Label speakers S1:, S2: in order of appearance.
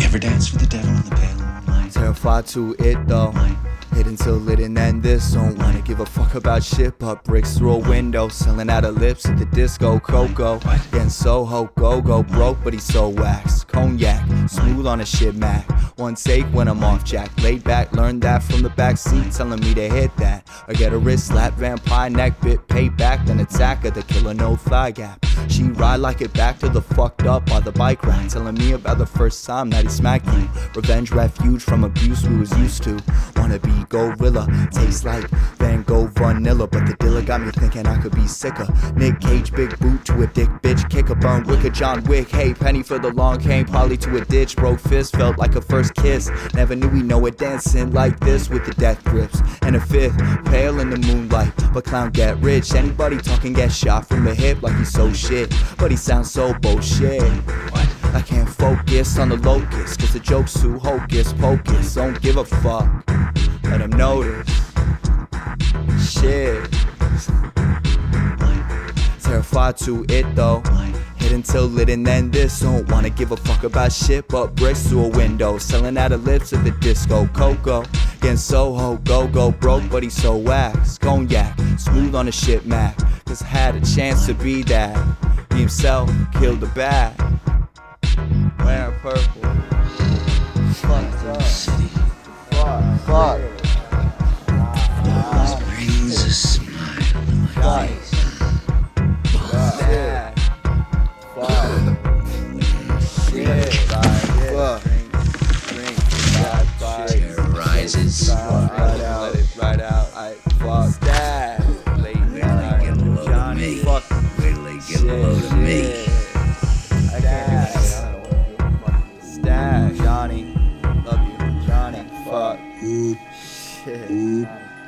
S1: Ever dance with the devil in the pale moonlight?
S2: Terrified to it though. Hidden till lit and then this. Don't wanna give a fuck about shit, but bricks through a window. Selling out of lips at the disco. Coco. Getting Soho. Go go broke, but he's so waxed. Cognac. Smooth on a shit Mac. One take when I'm off jack. Laid back. Learned that from the back seat. Telling me to hit that. Or get a wrist slap. Vampire neck bit. Payback. Then attack at the killer. No thigh gap. She ride like it back to the fucked up by the bike ride. Telling me about the first time that he smacked you. Revenge refuge from abuse we was used to. Wanna be gorilla, tastes like Van Gogh vanilla. But the dealer got me thinking I could be sicker. Nick Cage, big boot to a dick bitch. Kick a burn wicker, John Wick. Hey, penny for the long cane, probably to a ditch. Broke fist, felt like a first kiss. Never knew we know it dancing like this with the death grips. And a fifth, pale in the moonlight. But clown get rich. Anybody talking get shot from the hip like he's so shit. But he sounds so bullshit. I can't focus on the locust, cause the joke's too hocus pocus. Don't give a fuck. Let him notice. Shit. Terrified to it though. Hit until lit and then this. Don't wanna give a fuck about shit, but bricks through a window. Selling out of lips at the disco. Coco. Getting Soho, go go broke, but he's so wax. Cognac, smooth on a shit Mac. Cause had a chance to be that. He himself killed the bat. Wearing purple. Fucked up.
S1: City
S2: Fuck. Fuck.
S1: always brings a smile to my
S2: Fuck.
S1: face.
S2: Yeah. Yeah. Fuck. Drink. Fuck.
S1: Terror rises.
S2: Right out. Let it right out. I fuck that. Late night.
S1: Get a load of
S2: Johnny
S1: me.
S2: fuck
S1: Wait till they get a load of me.
S2: shit. I can't do that. Stash. Johnny. Love you. Johnny. Fuck. Shit.